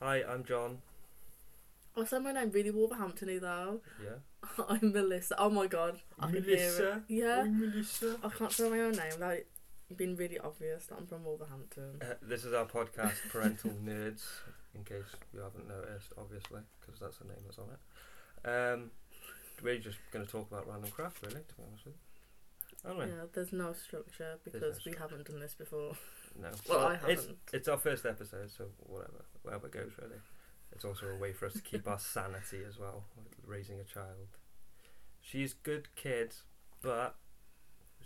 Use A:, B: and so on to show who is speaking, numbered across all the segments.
A: Hi, I'm John.
B: I said my name really Wolverhampton though.
A: Yeah.
B: I'm Melissa. Oh my god. I can hear it.
A: Melissa?
B: Yeah.
A: I'm Melissa.
B: I can't say my own name without it being really obvious that I'm from Wolverhampton.
A: Uh, this is our podcast, Parental Nerds, in case you haven't noticed, obviously, because that's the name that's on it. Um, we're just going to talk about random crap, really, to be honest with you. Aren't we?
B: Yeah, there's no structure because we
A: structure.
B: haven't done this before.
A: No.
B: Well, I
A: it's,
B: haven't.
A: it's our first episode, so whatever, wherever it goes, really. It's also a way for us to keep our sanity as well, raising a child. She's good kid, but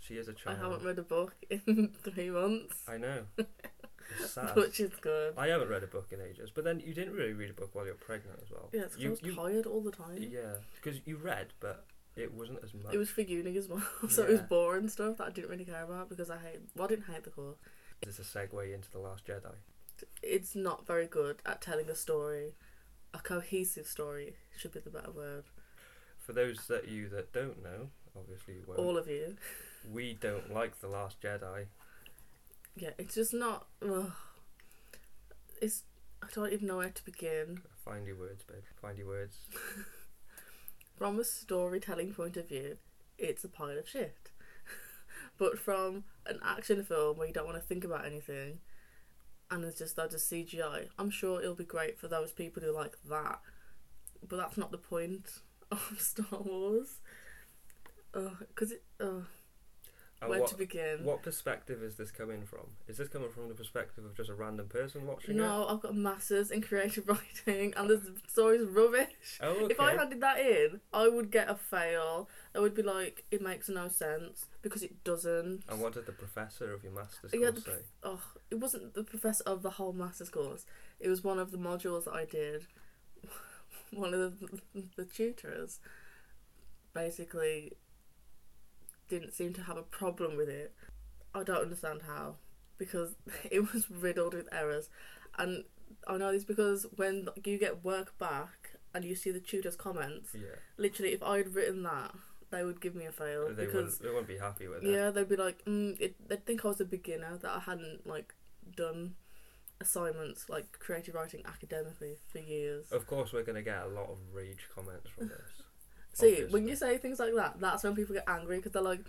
A: she is a
B: I
A: child.
B: haven't read a book in three months,
A: I know. It's sad.
B: which is good.
A: I haven't read a book in ages, but then you didn't really read a book while you're pregnant as well.
B: Yeah, it's 'cause
A: you,
B: I was tired all the time.
A: you, yeah, because you read, but it wasn't as much.
B: It was for uni as well, so it was
A: Yeah.
B: boring stuff that I didn't really care about because I hate. Well, I didn't hate the course.
A: It's a segue into the Last Jedi.
B: It's not very good at telling a story. A cohesive story should be the better word.
A: For those that you that don't know, obviously you won't.
B: All of you.
A: we don't like the Last Jedi.
B: Yeah, it's just not. Ugh. It's. I don't even know where to begin.
A: Find your words, babe. Find your words.
B: From a storytelling point of view, it's a pile of shit. but from an action film where you don't want to think about anything and it's just loads of CGI, I'm sure it'll be great for those people who like that. But that's not the point of Star Wars. Because it. Ugh,
A: And
B: where
A: what,
B: to begin?
A: what perspective is this coming from? Is this coming from the perspective of just a random person watching it?
B: no, I've got a masters in creative writing, and the story's rubbish.
A: Oh, okay.
B: If I handed that in, I would get a fail. I would be like, it makes no sense because it doesn't.
A: And what did the professor of your master's
B: Yeah,
A: course
B: the
A: say?
B: Oh, it wasn't the professor of the whole master's course. It was one of the modules that I did. One of the, the tutors basically didn't seem to have a problem with it. I don't understand how because it was riddled with errors, and I know this because when you get work back and you see the tutor's comments,
A: Yeah,
B: literally if I had written that, they would give me a fail
A: they
B: because
A: wouldn't, they wouldn't be happy with it.
B: yeah, they'd be like, mm, it, they'd think I was a beginner that I hadn't like done assignments like creative writing academically for years.
A: Of course, we're going to get a lot of rage comments from this.
B: See, when
A: obviously.
B: you say things like that, that's when people get angry because they're like,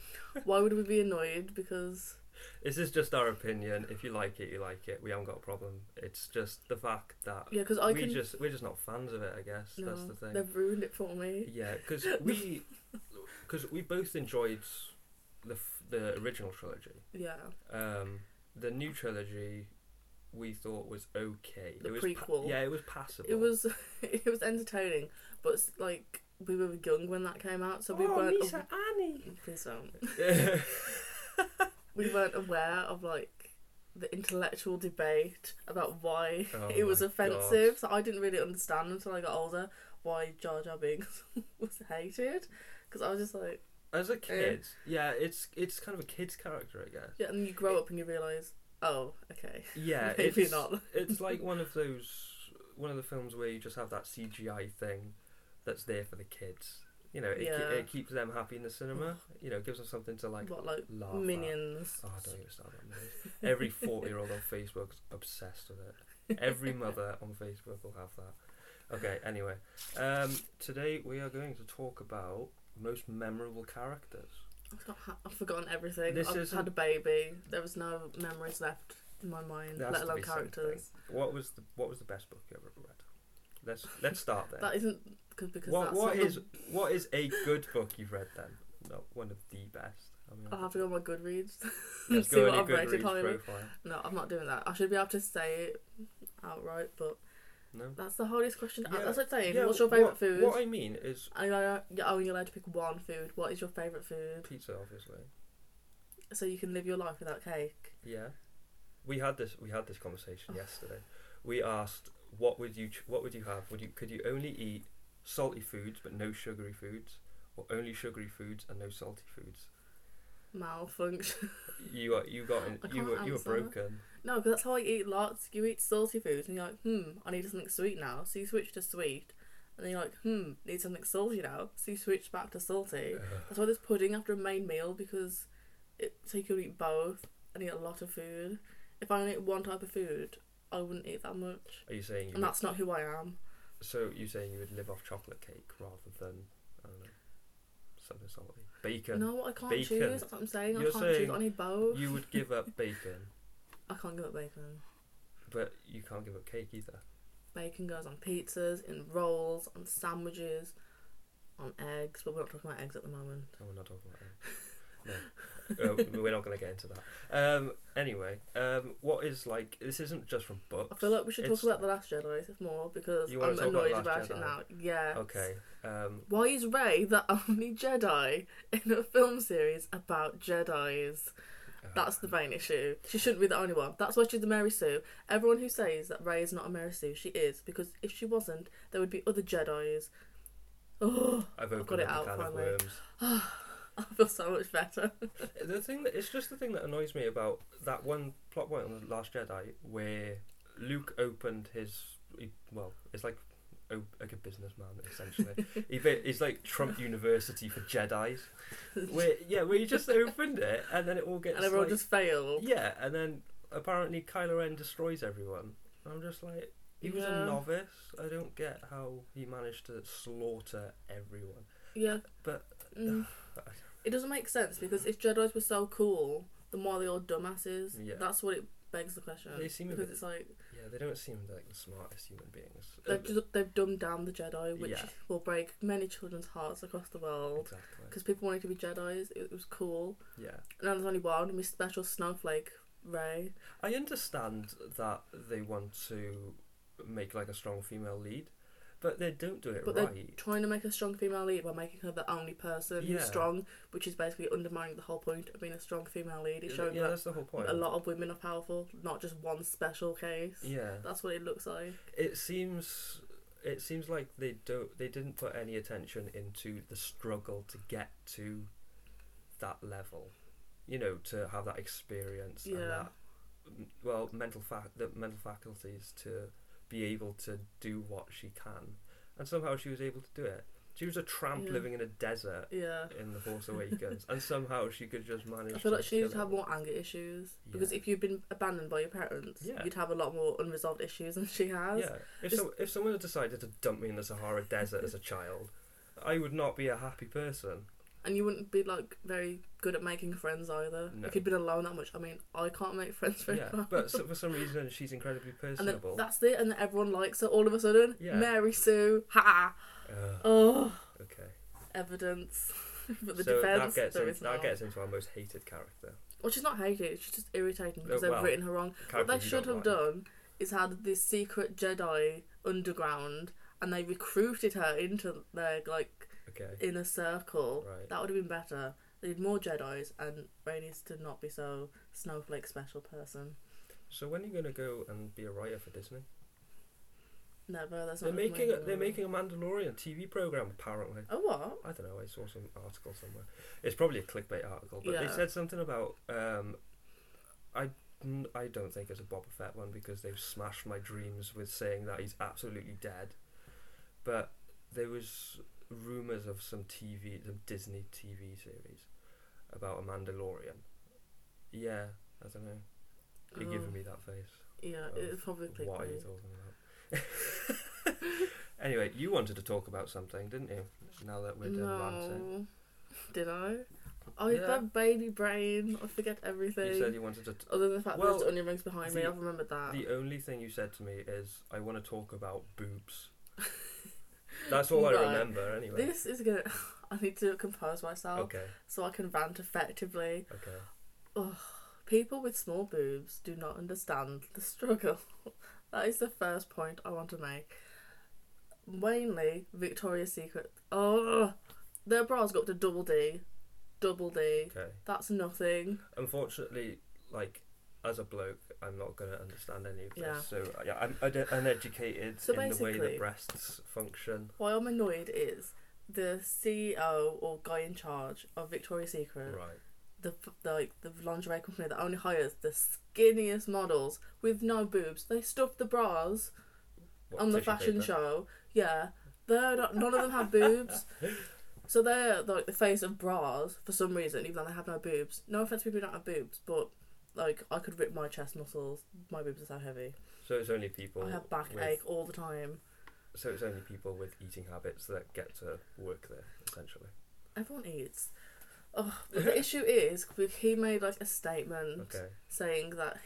B: why would we be annoyed? Because
A: This is just our opinion. If you like it, you like it. We haven't got a problem. It's just the fact that
B: yeah, because I
A: we
B: can.
A: just we're just not fans of it. I guess that's
B: no,
A: the thing.
B: They've ruined it for me.
A: Yeah, because we because we both enjoyed the f- the original trilogy.
B: Yeah,
A: Um, the new trilogy we thought was okay.
B: The
A: it was
B: prequel.
A: yeah, it was passable.
B: it was it was entertaining, but it's like we were young when that came out, so we weren't. aw-
A: Annie.
B: Please don't. we weren't aware of like the intellectual debate about why
A: Oh
B: it was
A: my
B: offensive. So I didn't really understand until I got older why Jar Jar Binks was hated. Because I was just like,
A: As
B: Eh.
A: a kid, yeah, it's it's kind of a kid's character, I guess.
B: yeah, and you grow up and you realise, oh, okay,
A: Yeah, oh,
B: maybe
A: it's,
B: not.
A: it's like one of those one of the films where you just have that CGI thing that's there for the kids. You know, it, ke-
B: Yeah.
A: it keeps them happy in the cinema. You know, gives them something to like.
B: what like
A: laugh at.
B: minions?
A: Oh, don't even start that. Mate. Every forty-year-old on Facebook's obsessed with it. Every mother on Facebook will have that. Okay. Anyway, um, today we are going to talk about most memorable characters.
B: I've, got, ha- I've forgotten everything.
A: This
B: I've
A: isn't-
B: had a baby. There was no memories left in my mind,
A: There has
B: let
A: to
B: alone
A: be something.
B: characters.
A: What was the What was the best book you ever read? Let's Let's start there.
B: That isn't good because
A: what
B: that's
A: what
B: not the-
A: is what is a good book you've read then? Not one of the best. I mean,
B: I'll have to go on my Goodreads
A: yeah,
B: and
A: let's
B: see
A: go
B: what
A: on
B: I've
A: your
B: rated
A: Goodreads
B: highly.
A: profile.
B: No, I'm not doing that. I should be able to say it outright, but
A: No.
B: that's the hardest question. to
A: Yeah.
B: ask. That's what I'm saying.
A: Yeah,
B: What's your favourite
A: what-
B: food?
A: What I mean is
B: I know, yeah, oh, you're allowed to pick one food. What is your favourite food?
A: pizza, obviously.
B: So you can live your life without cake.
A: Yeah, we had this we had this
B: Oh.
A: conversation yesterday. We asked what would you ch- what would you have? Would you could you only eat salty foods but no sugary foods, or only sugary foods and no salty foods?
B: Malfunction.
A: You are, you got in,
B: I
A: you
B: can't
A: were you were
B: answer that.
A: broken.
B: no, because that's how I eat lots. You eat salty foods and you're like, hmm, I need something sweet now. So you switch to sweet. And then you're like, hmm, need something salty now. So you switch back to salty. That's why there's pudding after a main meal because it so you can eat both and eat a lot of food. If I only eat one type of food, I wouldn't eat that much,
A: Are you saying you
B: and
A: would,
B: that's not who I am.
A: so you saying you would live off chocolate cake rather than I don't know something salty bacon?
B: No, I can't
A: Bacon.
B: choose. That's what I'm saying. I
A: You're
B: can't
A: saying
B: choose. I need both.
A: You would give up bacon,
B: I can't give up bacon.
A: but you can't give up cake either.
B: Bacon goes on pizzas, in rolls, on sandwiches, on eggs. But we're not talking about eggs at the moment.
A: Oh, we're not talking about that. No, Uh, we're not going to get into that. Um, anyway, um, what is like this isn't just from books.
B: I feel like we should
A: It's-
B: talk about the Last Jedi more because
A: You wanna
B: I'm
A: talk about
B: annoyed
A: Last
B: about it
A: Jedi?
B: now. Yeah.
A: Okay. Um,
B: Why is Rey the only Jedi in a film series about Jedi's?
A: uh,
B: That's the main issue. She shouldn't be the only one. That's why she's the Mary Sue. Everyone who says that Rey is not a Mary Sue, she is because if she wasn't, there would be other Jedi's. Oh,
A: I've opened
B: got it
A: up a
B: out
A: can of
B: finally.
A: worms.
B: I feel so much better.
A: The thing that it's just the thing that annoys me about that one plot point on the Last Jedi where Luke opened his he, well, it's like o- like a businessman essentially. he, ba- he's like Trump University for Jedi's. Where yeah, where he just opened it and then it all gets
B: and everyone
A: like-
B: just failed.
A: yeah, and then apparently Kylo Ren destroys everyone. I'm just like. He was
B: Yeah.
A: a novice. I don't get how he managed to slaughter everyone.
B: Yeah.
A: But-
B: Mm. it doesn't make sense because if Jedi's were so cool, then why are they all dumbasses?
A: Yeah.
B: That's what it begs the question.
A: They seem a
B: because
A: bit-
B: it's like
A: Yeah, they don't seem like the smartest human beings. Uh,
B: they've just, they've dumbed down the Jedi, which
A: Yeah.
B: will break many children's hearts across the world.
A: exactly.
B: Because people wanted to be Jedi's, it was cool.
A: Yeah.
B: And now there's only one, and we special snowflake Ray.
A: I understand that they want to make like a strong female lead, but they don't do it
B: But they're
A: right.
B: trying to make a strong female lead by making her the only person
A: Yeah.
B: who's strong, which is basically undermining the whole point of being a strong female lead. It's showing
A: yeah,
B: that
A: that's the whole point.
B: a lot of women are powerful, not just one special case.
A: Yeah,
B: That's what it looks like.
A: it seems it seems like they don't they didn't put any attention into the struggle to get to that level. You know, to have that experience and
B: Yeah.
A: that m- well mental fac the mental faculties to be able to do what she can, and somehow she was able to do it. She was a tramp
B: Yeah.
A: living in a desert.
B: Yeah.
A: in The Force Awakens, and somehow she could just manage.
B: I feel
A: to
B: like she needs to
A: kill
B: have
A: everyone.
B: more anger issues because
A: Yeah.
B: if you've been abandoned by your parents,
A: Yeah.
B: you'd have a lot more unresolved issues than she has.
A: Yeah, if
B: Just-
A: so, if someone had decided to dump me in the Sahara Desert as a child, I would not be a happy person.
B: And you wouldn't be like very good at making friends either.
A: No.
B: If you'd been alone that much, I mean, I can't make friends very
A: Yeah,
B: well.
A: but so, for some reason she's incredibly
B: and then
A: personable.
B: that's it, and then everyone likes her all of a sudden.
A: Yeah.
B: Mary Sue, ha!
A: Ugh,
B: Oh,
A: okay,
B: evidence. but the
A: so
B: defense,
A: that gets
B: there
A: in-
B: is
A: that
B: none.
A: gets into our most hated character.
B: Well, she's not hated. She's just irritating because
A: Uh,
B: they've
A: well,
B: written her wrong. What
A: character
B: they
A: you
B: should have
A: don't like.
B: done is had this secret Jedi underground, and they recruited her into their like
A: Okay,
B: inner circle.
A: Right.
B: That would have been better. They need more Jedi's, and Rey needs to not be so snowflake special person.
A: so when are you gonna go and be a writer for Disney?
B: Never. That's
A: They're
B: not
A: making a, they're
B: Mandalorian.
A: making a Mandalorian TV program apparently.
B: Oh what?
A: I don't know. I saw some article somewhere. It's probably a clickbait article, but they
B: Yeah.
A: said something about. Um, I n- I don't think it's a Boba Fett one because they've smashed my dreams with saying that he's absolutely dead. But there was rumors of some TV, some Disney TV series about a Mandalorian. Yeah, I don't know. You're
B: Oh,
A: giving me that face.
B: Yeah,
A: of
B: it's probably
A: What are you
B: clickbait.
A: talking about? anyway, you wanted to talk about something, didn't you? Now that we're done ranting.
B: No. Did I? I
A: Yeah.
B: have baby brain. I forget everything.
A: You said you wanted to. T-
B: Other than the fact
A: Well,
B: there's onion rings behind me,
A: the-
B: I've remembered that.
A: the only thing you said to me is, "I want to talk about boobs." That's all I
B: Right.
A: remember, anyway.
B: This is gonna. I need to compose myself
A: Okay,
B: so I can rant effectively.
A: okay.
B: People with small boobs do not understand the struggle. that is the first point I want to make. Mainly Victoria's Secret. Oh, their bras go up to double D, double D.
A: Okay.
B: That's nothing.
A: Unfortunately, like as a bloke, I'm not gonna understand any of this.
B: Yeah.
A: So yeah, I'm ad- uneducated
B: So
A: in the way
B: basically-
A: that breasts function.
B: Why I'm annoyed is the CEO or guy in charge of Victoria's Secret.
A: Right.
B: the, the like the lingerie company that only hires the skinniest models with no boobs. They stuff the bras
A: What,
B: on the
A: tissue
B: fashion
A: paper?
B: show. Yeah, they're not, none of them have boobs. So they're like the face of bras for some reason, even though they have no boobs. No offense to people who don't have boobs, but like I could rip my chest muscles. My boobs are so heavy.
A: So it's only people.
B: I have
A: with,
B: backache all the time.
A: So it's only people with eating habits that get to work there, essentially.
B: Everyone eats. Oh, but the issue is we- he made like a statement
A: Okay.
B: saying that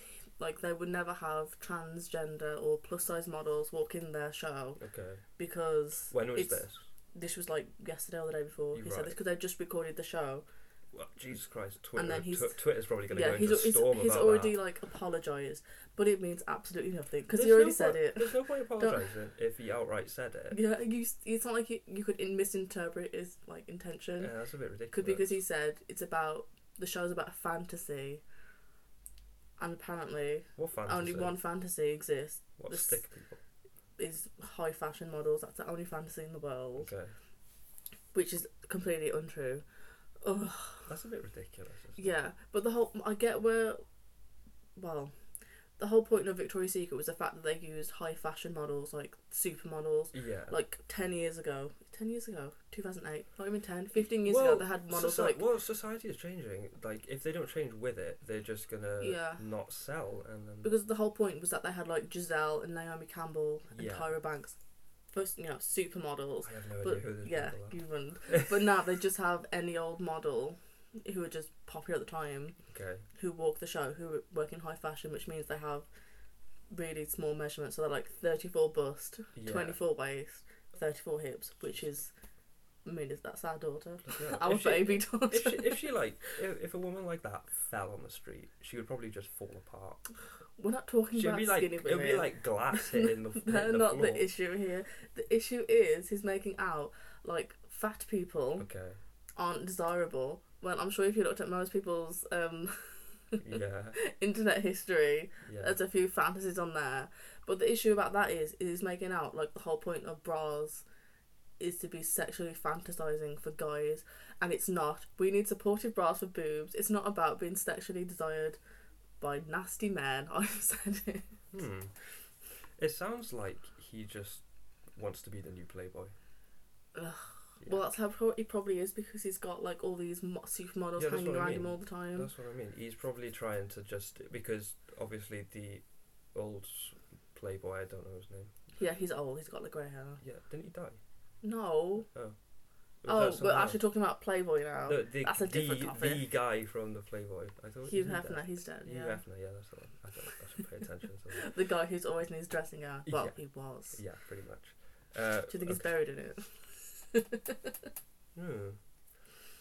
B: like they would never have transgender or plus size models walk in their show
A: Okay.
B: because
A: When was
B: it's-
A: this?
B: this was like yesterday or the day before. he
A: You're
B: said
A: right.
B: this because they just recorded the show.
A: Well, Jesus Christ, Twitter.
B: then
A: Tw-
B: he's-
A: Twitter's probably going to
B: yeah,
A: go
B: he's
A: into a
B: he's,
A: storm
B: he's
A: about
B: already
A: that.
B: like apologized, but it means absolutely nothing because he
A: There's
B: already
A: no
B: said
A: point-
B: it.
A: There's no point apologising if he outright said it.
B: Yeah, you, s- it's not like you, you could in- misinterpret his like intention.
A: Yeah, that's a bit ridiculous.
B: Could be because he said it's about the show's about fantasy, and apparently
A: what fantasy?
B: only one fantasy exists
A: What
B: this-
A: stick people?
B: is high fashion models. That's the only fantasy in the world,
A: Okay,
B: which is completely untrue. Ugh,
A: that's a bit ridiculous. isn't it?
B: yeah, but the whole I get where, well, the whole point of Victoria's Secret was the fact that they used high fashion models like supermodels.
A: Yeah.
B: Like 10 years ago, 10 years ago, 2008, not even 10, 15 years
A: Well,
B: ago, they had models
A: Soci-
B: like
A: well, society is changing. Like, if they don't change with it, they're just gonna
B: Yeah.
A: not sell, and then
B: because the whole point was that they had like Giselle and Naomi Campbell and
A: Yeah.
B: Tyra Banks, first you know supermodels.
A: I have no
B: But
A: idea who those
B: yeah,
A: people
B: you wouldn't. but now they just have any old model who are just popular at the time
A: are. Okay.
B: who walk the show who work in high fashion, which means they have really small measurements. So they're like thirty four bust,
A: Yeah.
B: twenty four waist, thirty four hips, which is. I mean, is that's our daughter,
A: Yeah.
B: our
A: If she-
B: baby daughter.
A: If she, if she like, if, if a woman like that fell on the street, she would probably just fall apart.
B: We're not talking
A: She'd
B: about
A: be like,
B: skinny
A: it
B: women.
A: would be like glass hitting the,
B: They're
A: hitting the
B: not
A: floor.
B: the issue here. The issue is he's making out like fat people
A: Okay.
B: aren't desirable. Well, I'm sure if you looked at most people's um,
A: Yeah.
B: internet history,
A: Yeah.
B: there's a few fantasies on there. But the issue about that is, is he's making out like the whole point of bras is to be sexually fantasizing for guys, and it's not. We need supportive bras for boobs. It's not about being sexually desired by nasty men. I've said it.
A: Hmm. It sounds like he just wants to be the new Playboy.
B: Ugh.
A: Yeah.
B: Well, that's how pro- he probably is because he's got like all these mo- supermodels
A: Yeah, that's
B: hanging
A: what I
B: around
A: mean.
B: him all the time.
A: That's what I mean. He's probably trying to just because obviously the old s- playboy. I don't know his name.
B: Yeah, he's old. He's got the grey hair.
A: Yeah, didn't he die? Oh.
B: No.
A: Was that
B: Oh,
A: someone
B: we're
A: else?
B: actually talking about Playboy now.
A: No, the,
B: that's a different
A: the,
B: topic.
A: the guy from the Playboy. I thought
B: Hugh
A: he dead?
B: Hefner, he's dead.
A: Hugh
B: Yeah.
A: Hefner, yeah, that's the one. I don't. I should pay attention to that.
B: The guy who's always in his dressing gown. Well,
A: Yeah.
B: he was.
A: Yeah, pretty much. Uh,
B: Do you think he's
A: okay.
B: buried in it?
A: Hmm.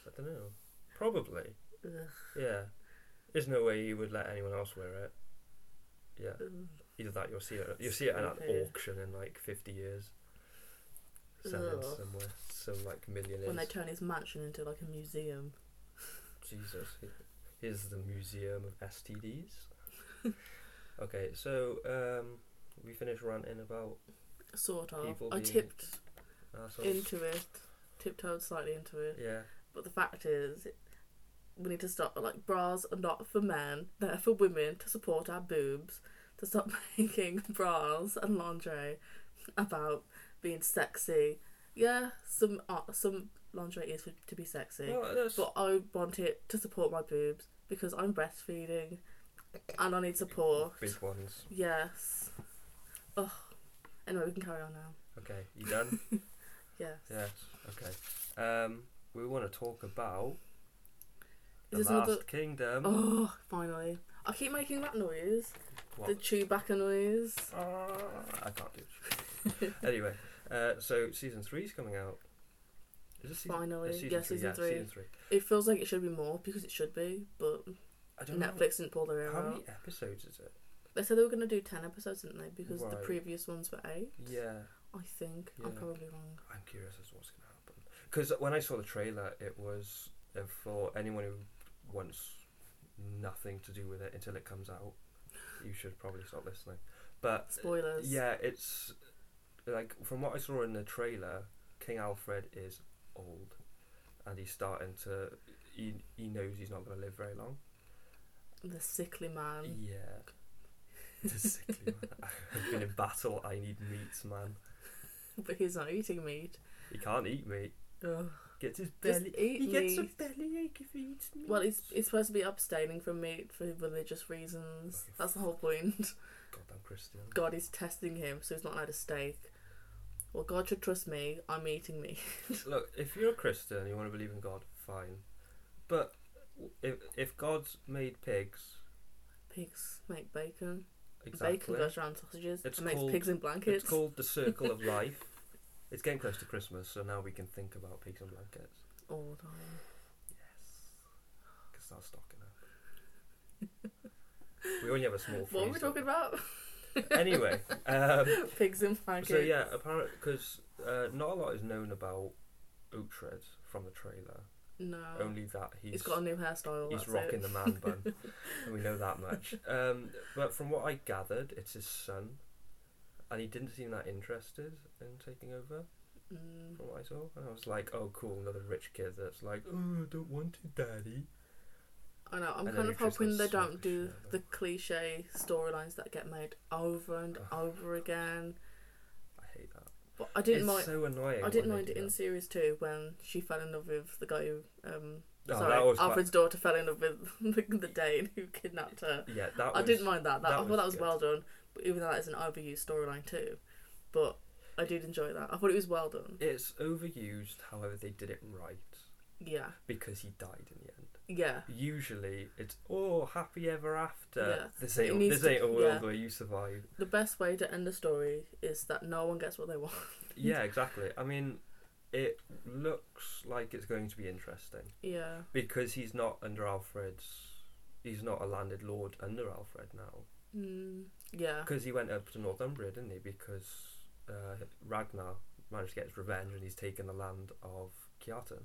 A: I don't know. Probably.
B: Ugh.
A: Yeah. There's no way you would let anyone else wear it. Yeah.
B: Ugh.
A: Either that, you'll see it. You'll see it at an
B: Okay.
A: auction in like fifty years. Selling
B: Ugh.
A: somewhere, some like millionaires.
B: When they turn his mansion into like a museum.
A: Jesus, here's the museum of STDs. okay, so um, we finished ranting about
B: Sort of.
A: People
B: I
A: being
B: tipped
A: assholes.
B: into it, tiptoed slightly into it.
A: yeah,
B: But the fact is, we need to stop. Like bras are not for men; they're for women to support our boobs. To stop making bras and lingerie about being sexy. Yeah, some uh, some lingerie is for, to be sexy,
A: well, that's,
B: but I want it to support my boobs because I'm breastfeeding, and I need support.
A: big ones.
B: Yes. Oh, anyway, we can carry on now.
A: Okay, you done?
B: Yes.
A: yes. Okay. Um, we want to talk about the
B: Is this
A: Last
B: another?
A: Kingdom.
B: Oh, finally! I keep making that noise.
A: What? Ah,
B: The Chewbacca noise.
A: I can't do it. anyway, uh, so season three's coming out. Is it season, uh,
B: Finally.
A: season
B: Yeah,
A: three,
B: season three.
A: Season three.
B: It feels like it should be more because it should be, but
A: I don't
B: Netflix didn't pull their
A: know.
B: ear
A: How
B: out.
A: many episodes is it?
B: They said they were going to do 10 episodes, didn't they? Because the
A: Right.
B: previous ones were 8.
A: Yeah.
B: I think. I'm
A: Yeah.
B: probably wrong.
A: I'm curious as to what's going to happen. Because when I saw the trailer, it was uh, for anyone who wants nothing to do with it until it comes out. You should probably stop listening. But
B: Spoilers.
A: yeah, it's like from what I saw in the trailer, King Alfred is old, and he's starting to. He, he knows he's not going to live very long.
B: The sickly man.
A: yeah. The sickly man. I've been in battle. I need meat, man.
B: But he's not eating meat.
A: He can't eat meat.
B: Ugh.
A: Gets his
B: Just
A: belly.
B: eat
A: He gets a
B: meat.
A: bellyache if he eats meat.
B: Well, he's, he's supposed to be abstaining from meat for religious reasons. That's the whole point.
A: goddamn Christian.
B: God is testing him, so he's not allowed a steak. Well, God should trust me. I'm eating me.
A: Look, if you're a Christian and you want to believe in God, fine. But if if God's made pigs,
B: Pigs make bacon.
A: exactly.
B: Bacon goes around sausages.
A: It's
B: It makes
A: called-
B: pigs in blankets.
A: It's called the circle of life. It's getting close to Christmas, so now we can think about pigs and blankets.
B: All the time.
A: Yes. Can start stocking up. we only have a small.
B: What were we
A: freezer.
B: talking about?
A: Anyway, um,
B: pigs in blankets.
A: so yeah, apparently, because uh, not a lot is known about Uhtred from the trailer.
B: No.
A: Only that he's
B: he's Um, got a new hairstyle.
A: he's
B: that's
A: rocking
B: it.
A: the man bun, and we know that much. Um, but from what I gathered, it's his son, and he didn't seem that interested in taking over.
B: Mm.
A: From what I saw, and I was like, "Oh, cool, another rich kid that's like, oh, I don't want to, daddy."
B: I know. I'm
A: And
B: kind
A: then
B: of
A: he just
B: hoping
A: goes
B: they
A: smack
B: don't
A: the
B: do
A: shit out of
B: the
A: him.
B: cliche storylines that get made over and
A: Ugh.
B: over again.
A: I hate that.
B: But I didn't
A: it's
B: mind.
A: so annoying.
B: I didn't
A: when
B: mind
A: they
B: it
A: do
B: in
A: that.
B: series two when she fell in love with the guy who. Um,
A: Oh,
B: sorry,
A: that was quite-
B: Alfred's daughter fell in love with the, the Dane who kidnapped her.
A: Yeah, that.
B: I
A: was,
B: didn't mind that. that,
A: that
B: I thought
A: was
B: that was
A: good.
B: well done. But even though that is an overused storyline too, but I did enjoy that. I thought it was well done.
A: It's overused. However, they did it right
B: Yeah,
A: because he died in the end.
B: yeah.
A: Usually, it's oh happy ever after.
B: Yeah.
A: This
B: It
A: ain't this
B: needs to-
A: ain't a world
B: yeah.
A: where you survive.
B: The best way to end a story is that no one gets what they want.
A: Yeah, exactly. I mean, it looks like it's going to be interesting
B: Yeah,
A: because he's not under Alfred's. He's not a landed lord under Alfred now
B: mm, yeah,
A: because he went up to Northumbria, didn't he? Because uh, Ragnar managed to get his revenge and he's taken the land of Kiartan.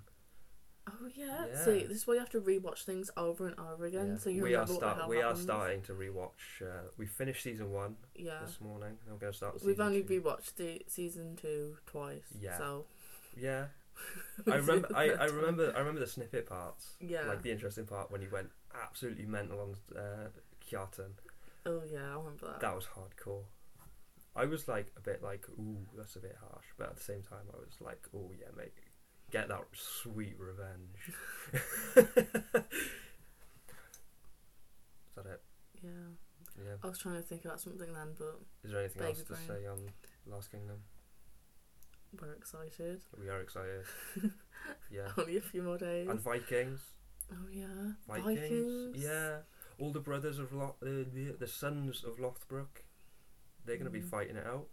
B: Oh yeah.
A: Yeah.
B: See, this is why you have to rewatch things over and over again,
A: Yeah.
B: so you
A: we are
B: remember what the
A: start.
B: hell
A: We
B: happens.
A: are starting to rewatch. Uh, we finished season one
B: Yeah,
A: this morning. and we're going to start.
B: we've
A: season
B: only
A: two.
B: rewatched the season two twice.
A: Yeah.
B: So
A: Yeah, I remember. I, I remember. I remember the snippet parts.
B: Yeah.
A: Like the interesting part when he went absolutely mental on uh, Kiartan.
B: Oh yeah, I remember that.
A: That was hardcore. I was like a bit like, ooh, that's a bit harsh, but at the same time, I was like, oh yeah, mate, get that sweet revenge. Is that it?
B: Yeah.
A: Yeah.
B: I was trying to think about something then, but
A: Is there anything
B: Baby
A: else to
B: brain.
A: say on Last Kingdom?
B: we're excited.
A: We are excited. yeah.
B: Only a few more days.
A: And Vikings.
B: oh yeah.
A: Vikings. Yeah. All the brothers of Lo- uh, the, the sons of Lothbrok. They're going to be
B: Mm.
A: fighting it out.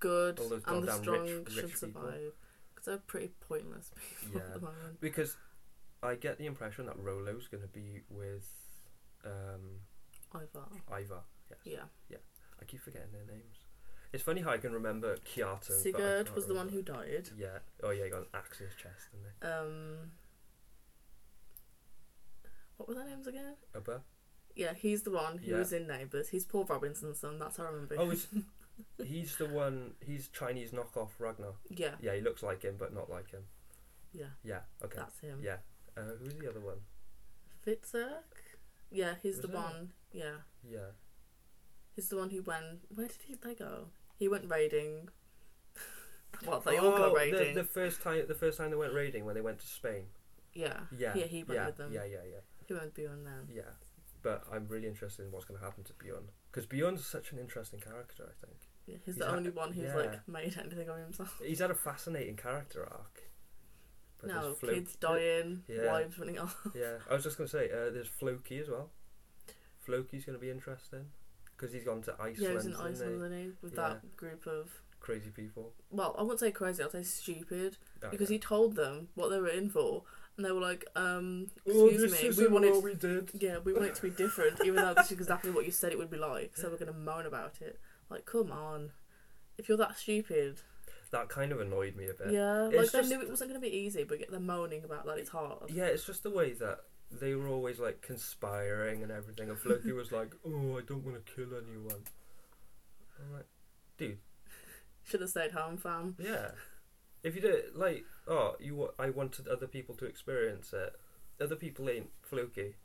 B: Good.
A: All those
B: And the
A: goddamn
B: strong
A: rich- rich
B: should
A: people.
B: survive. Because they're pretty pointless people
A: Yeah.
B: at the moment.
A: Because I get the impression that Rolo's going to be with um,
B: Ivar.
A: Ivar. Yes.
B: Yeah.
A: I keep forgetting their names. It's funny how I can remember Kiartan. but I
B: Sigurd
A: can't
B: was the one who
A: remember-
B: died.
A: Yeah. Oh, yeah, he got an axe in his chest, didn't he?
B: Um. What were their names again?
A: Upper.
B: Yeah, he's the one who
A: Yeah.
B: was in Neighbours. He's Paul Robinson's son. That's how I remember.
A: Oh,
B: him.
A: it's, he's the one. He's Chinese knockoff Ragnar.
B: yeah,
A: Yeah, he looks like him, but not like him.
B: yeah,
A: Yeah, okay.
B: that's him.
A: Yeah. Uh, who's the other one?
B: Fitzurk. Yeah, he's
A: Was
B: the
A: it?
B: one. Yeah,
A: Yeah.
B: he's the one who went. Where did he they go? He went raiding. well, they all
A: Oh,
B: go
A: the-
B: raiding.
A: The, first time, the first time they went raiding when they went to Spain.
B: Yeah,
A: Yeah.
B: Yeah, he went
A: yeah,
B: with them.
A: Yeah, yeah, yeah,
B: he went beyond them.
A: yeah. But I'm really interested in what's going to happen to Bjorn because Bjorn's such an interesting character. I think
B: Yeah, he's,
A: He's
B: the
A: ha-
B: only one who's
A: yeah.
B: like made anything of himself.
A: he's had a fascinating character arc. But
B: no,
A: there's Flo-
B: kids dying,
A: Yeah.
B: wives running off.
A: Yeah, I was just going to say uh, there's Floki as well. Floki's going to be interesting because he's gone to Iceland.
B: yeah, he's
A: isn't
B: in
A: he?
B: Iceland, isn't he? eh, With
A: Yeah.
B: that group of
A: Crazy people.
B: well, I wouldn't say crazy, I'll say stupid.
A: Oh,
B: Because he
A: yeah.
B: told them what they were in for and they were like, um,
A: Oh,
B: excuse
A: this
B: me,
A: isn't
B: we wanted
A: what we did.
B: Yeah, we want it to be different, even though this is exactly what you said it would be like, so we're gonna moan about it. Like, come on. If you're that stupid,
A: That kind of annoyed me a bit.
B: yeah,
A: It's
B: like they
A: just-
B: knew it wasn't going to be easy, but yet they're moaning about that it's hard.
A: Yeah, it's just the way that they were always like conspiring and everything. And Floki was like, "Oh, I don't want to kill anyone." I'm like, dude,
B: Should have stayed home, fam.
A: yeah. If you did like, oh, you, wa- I wanted other people to experience it. Other people ain't Floki.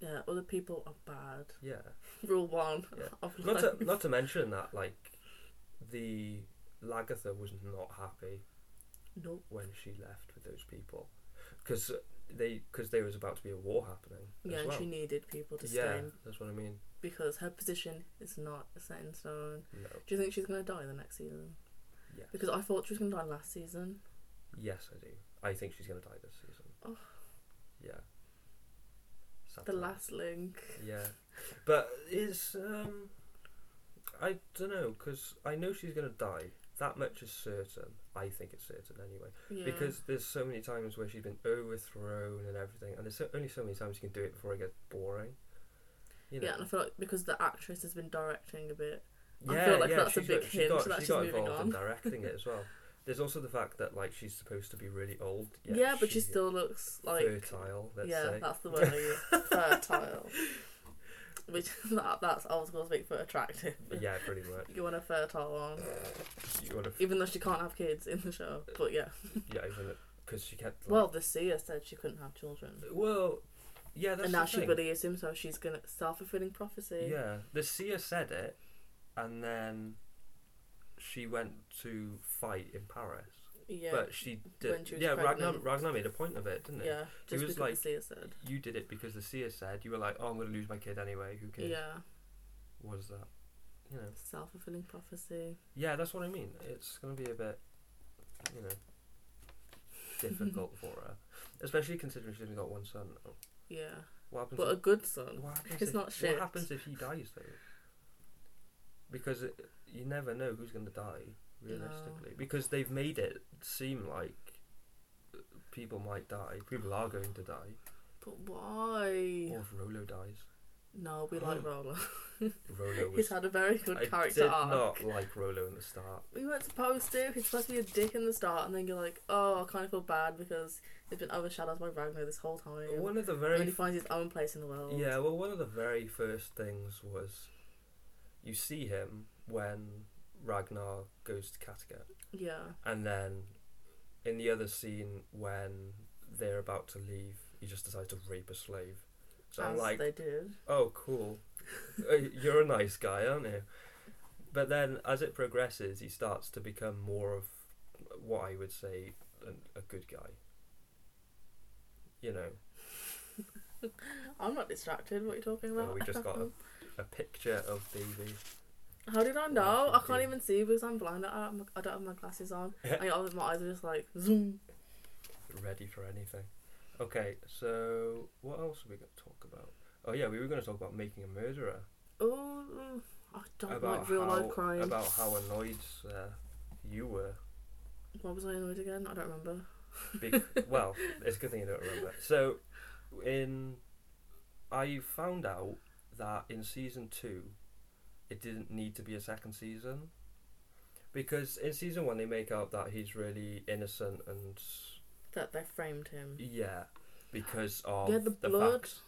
B: Yeah, other people are bad.
A: Yeah.
B: Rule one
A: Yeah.
B: of
A: Not
B: life.
A: to, not to mention that like, the Lagatha was not happy
B: Nope.
A: when she left with those people. because they because there was about to be a war happening.
B: Yeah,
A: as
B: and
A: well.
B: she needed people to
A: yeah,
B: stay
A: that's what I mean.
B: because her position is not set in stone.
A: No,
B: Do you think she's gonna die the next season?
A: yeah,
B: Because I thought she was gonna die last season.
A: yes, I do. I think she's gonna die this season.
B: Oh.
A: Yeah. Sad
B: The
A: times.
B: last link.
A: Yeah, but is um, I don't know because I know she's gonna die. That much is certain. I think it's certain anyway.
B: Yeah.
A: Because there's so many times where she's been overthrown and everything, and there's so, only so many times you can do it before it gets boring. You know?
B: yeah, and I feel like because the actress has been directing a bit. I
A: yeah,
B: feel like
A: yeah,
B: that's a
A: she's
B: big
A: got,
B: hint
A: she got,
B: that
A: she
B: she's
A: got
B: moving
A: involved in
B: on.
A: directing it as well. There's also the fact that like she's supposed to be really old. yet
B: yeah, but she
A: she's
B: still looks like
A: fertile. Let's
B: yeah,
A: say.
B: that's the word I use. fertile. Which that that's old school speak for attractive.
A: yeah, pretty much.
B: You want a fertile one,
A: You want to
B: even though she can't have kids in the show. But yeah.
A: yeah, because she kept like,
B: Well, the seer said she couldn't have children,
A: Well, yeah, that's
B: and
A: the
B: now she
A: thing.
B: believes him, so she's gonna self fulfilling prophecy.
A: Yeah, the seer said it, and then she went to fight in Paris.
B: yeah,
A: But she did.
B: when she was
A: yeah, Ragnar,
B: pregnant.
A: Ragnar made a point of it, didn't he?
B: yeah. Just
A: was
B: because
A: like-
B: the seer said.
A: You did it because the seer said you were like, "Oh, I'm going to lose my kid anyway. Who cares?
B: Yeah,
A: What is that? You know.
B: self fulfilling prophecy.
A: Yeah, that's what I mean. It's going to be a bit, you know, difficult for her, especially considering she's only got one son.
B: Yeah,
A: What happens?
B: but a
A: if-
B: good son.
A: What happens
B: It's
A: if,
B: not shit.
A: What happens if he dies though? Because it, you never know who's going to die realistically. Because they've made it seem like uh, people might die. People are going to die.
B: But why?
A: Or if Rolo dies,
B: No, we like Roller.
A: Rolo was.
B: He's had a very good
A: I
B: character
A: did
B: arc.
A: not like Rolo in the start.
B: We weren't supposed to. He's supposed to be a dick in the start, and then you're like, oh, I kind of feel bad because he's been overshadowed by Ragnar this whole time.
A: One of the
B: and
A: very
B: then he finds his own place in the world.
A: Yeah, well, one of the very first things was you see him when Ragnar goes to Kattegat,
B: Yeah.
A: and then in the other scene when they're about to leave, he just decides to rape a slave. So I'm
B: as
A: like,
B: they did.
A: oh, cool, Uh, you're a nice guy, aren't you? But then as it progresses, he starts to become more of what I would say a, a good guy. You know,
B: I'm not distracted. What are you talking
A: Well,
B: about?
A: we just got a, a picture of Davy.
B: How did I know? I
A: Thank
B: can't
A: you.
B: even see because I'm blind. I don't have my, I don't have my glasses on. and all of my eyes are just like zoom.
A: ready for anything. Okay, so what else are we going to talk about? Oh yeah, we were going to talk about making a murderer.
B: Oh, I don't
A: about
B: like real
A: how,
B: life crime.
A: About how annoyed uh, you were.
B: What was I annoyed again? I don't remember.
A: Bec- well, it's a good thing you don't remember. So, in I found out that in season two, it didn't need to be a second season, because in season one they make out that he's really innocent and
B: That they framed him.
A: yeah, because of
B: Yeah, the blood.
A: fact-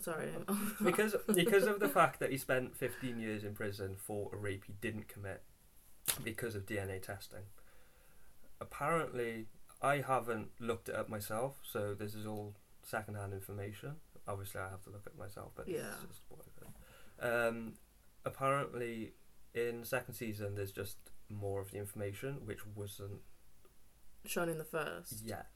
B: Sorry.
A: uh, because because of the fact that he spent 15 years in prison for a rape he didn't commit because of DNA testing. Apparently, I haven't looked it up myself, so this is all secondhand information. Obviously, I have to look it myself, but
B: Yeah.
A: it's just what I've heard. Um, apparently, in second season, there's just more of the information which wasn't
B: Shown in the first.
A: yet.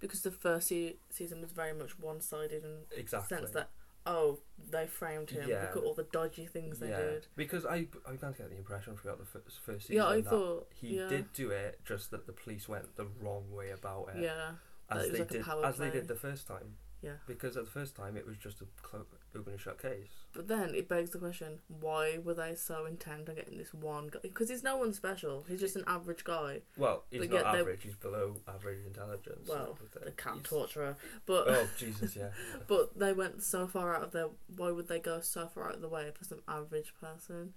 B: Because the first se- season was very much one sided in the
A: Exactly.
B: sense that, oh, they framed him.
A: Yeah.
B: Look at all the dodgy things they
A: yeah,
B: did.
A: because I I began to get the impression throughout the first, first season
B: Yeah, I
A: that
B: thought.
A: he
B: yeah.
A: did do it, just that the police went the wrong way about it.
B: Yeah.
A: as
B: that it was
A: they
B: like a
A: did
B: power
A: as they
B: play.
A: did the first time.
B: Yeah.
A: Because at the first time it was just a clo open and shut case.
B: But then it begs the question: Why were they so intent on getting this one guy? Because he's no one special. He's just an average guy,
A: Well, he's
B: But
A: not
B: yet they-
A: average. He's below average intelligence.
B: Well, the cat
A: can't talk.
B: torturer. But
A: Oh Jesus, yeah.
B: but they went so far out of their. Why would they go so far out of the way for some average person?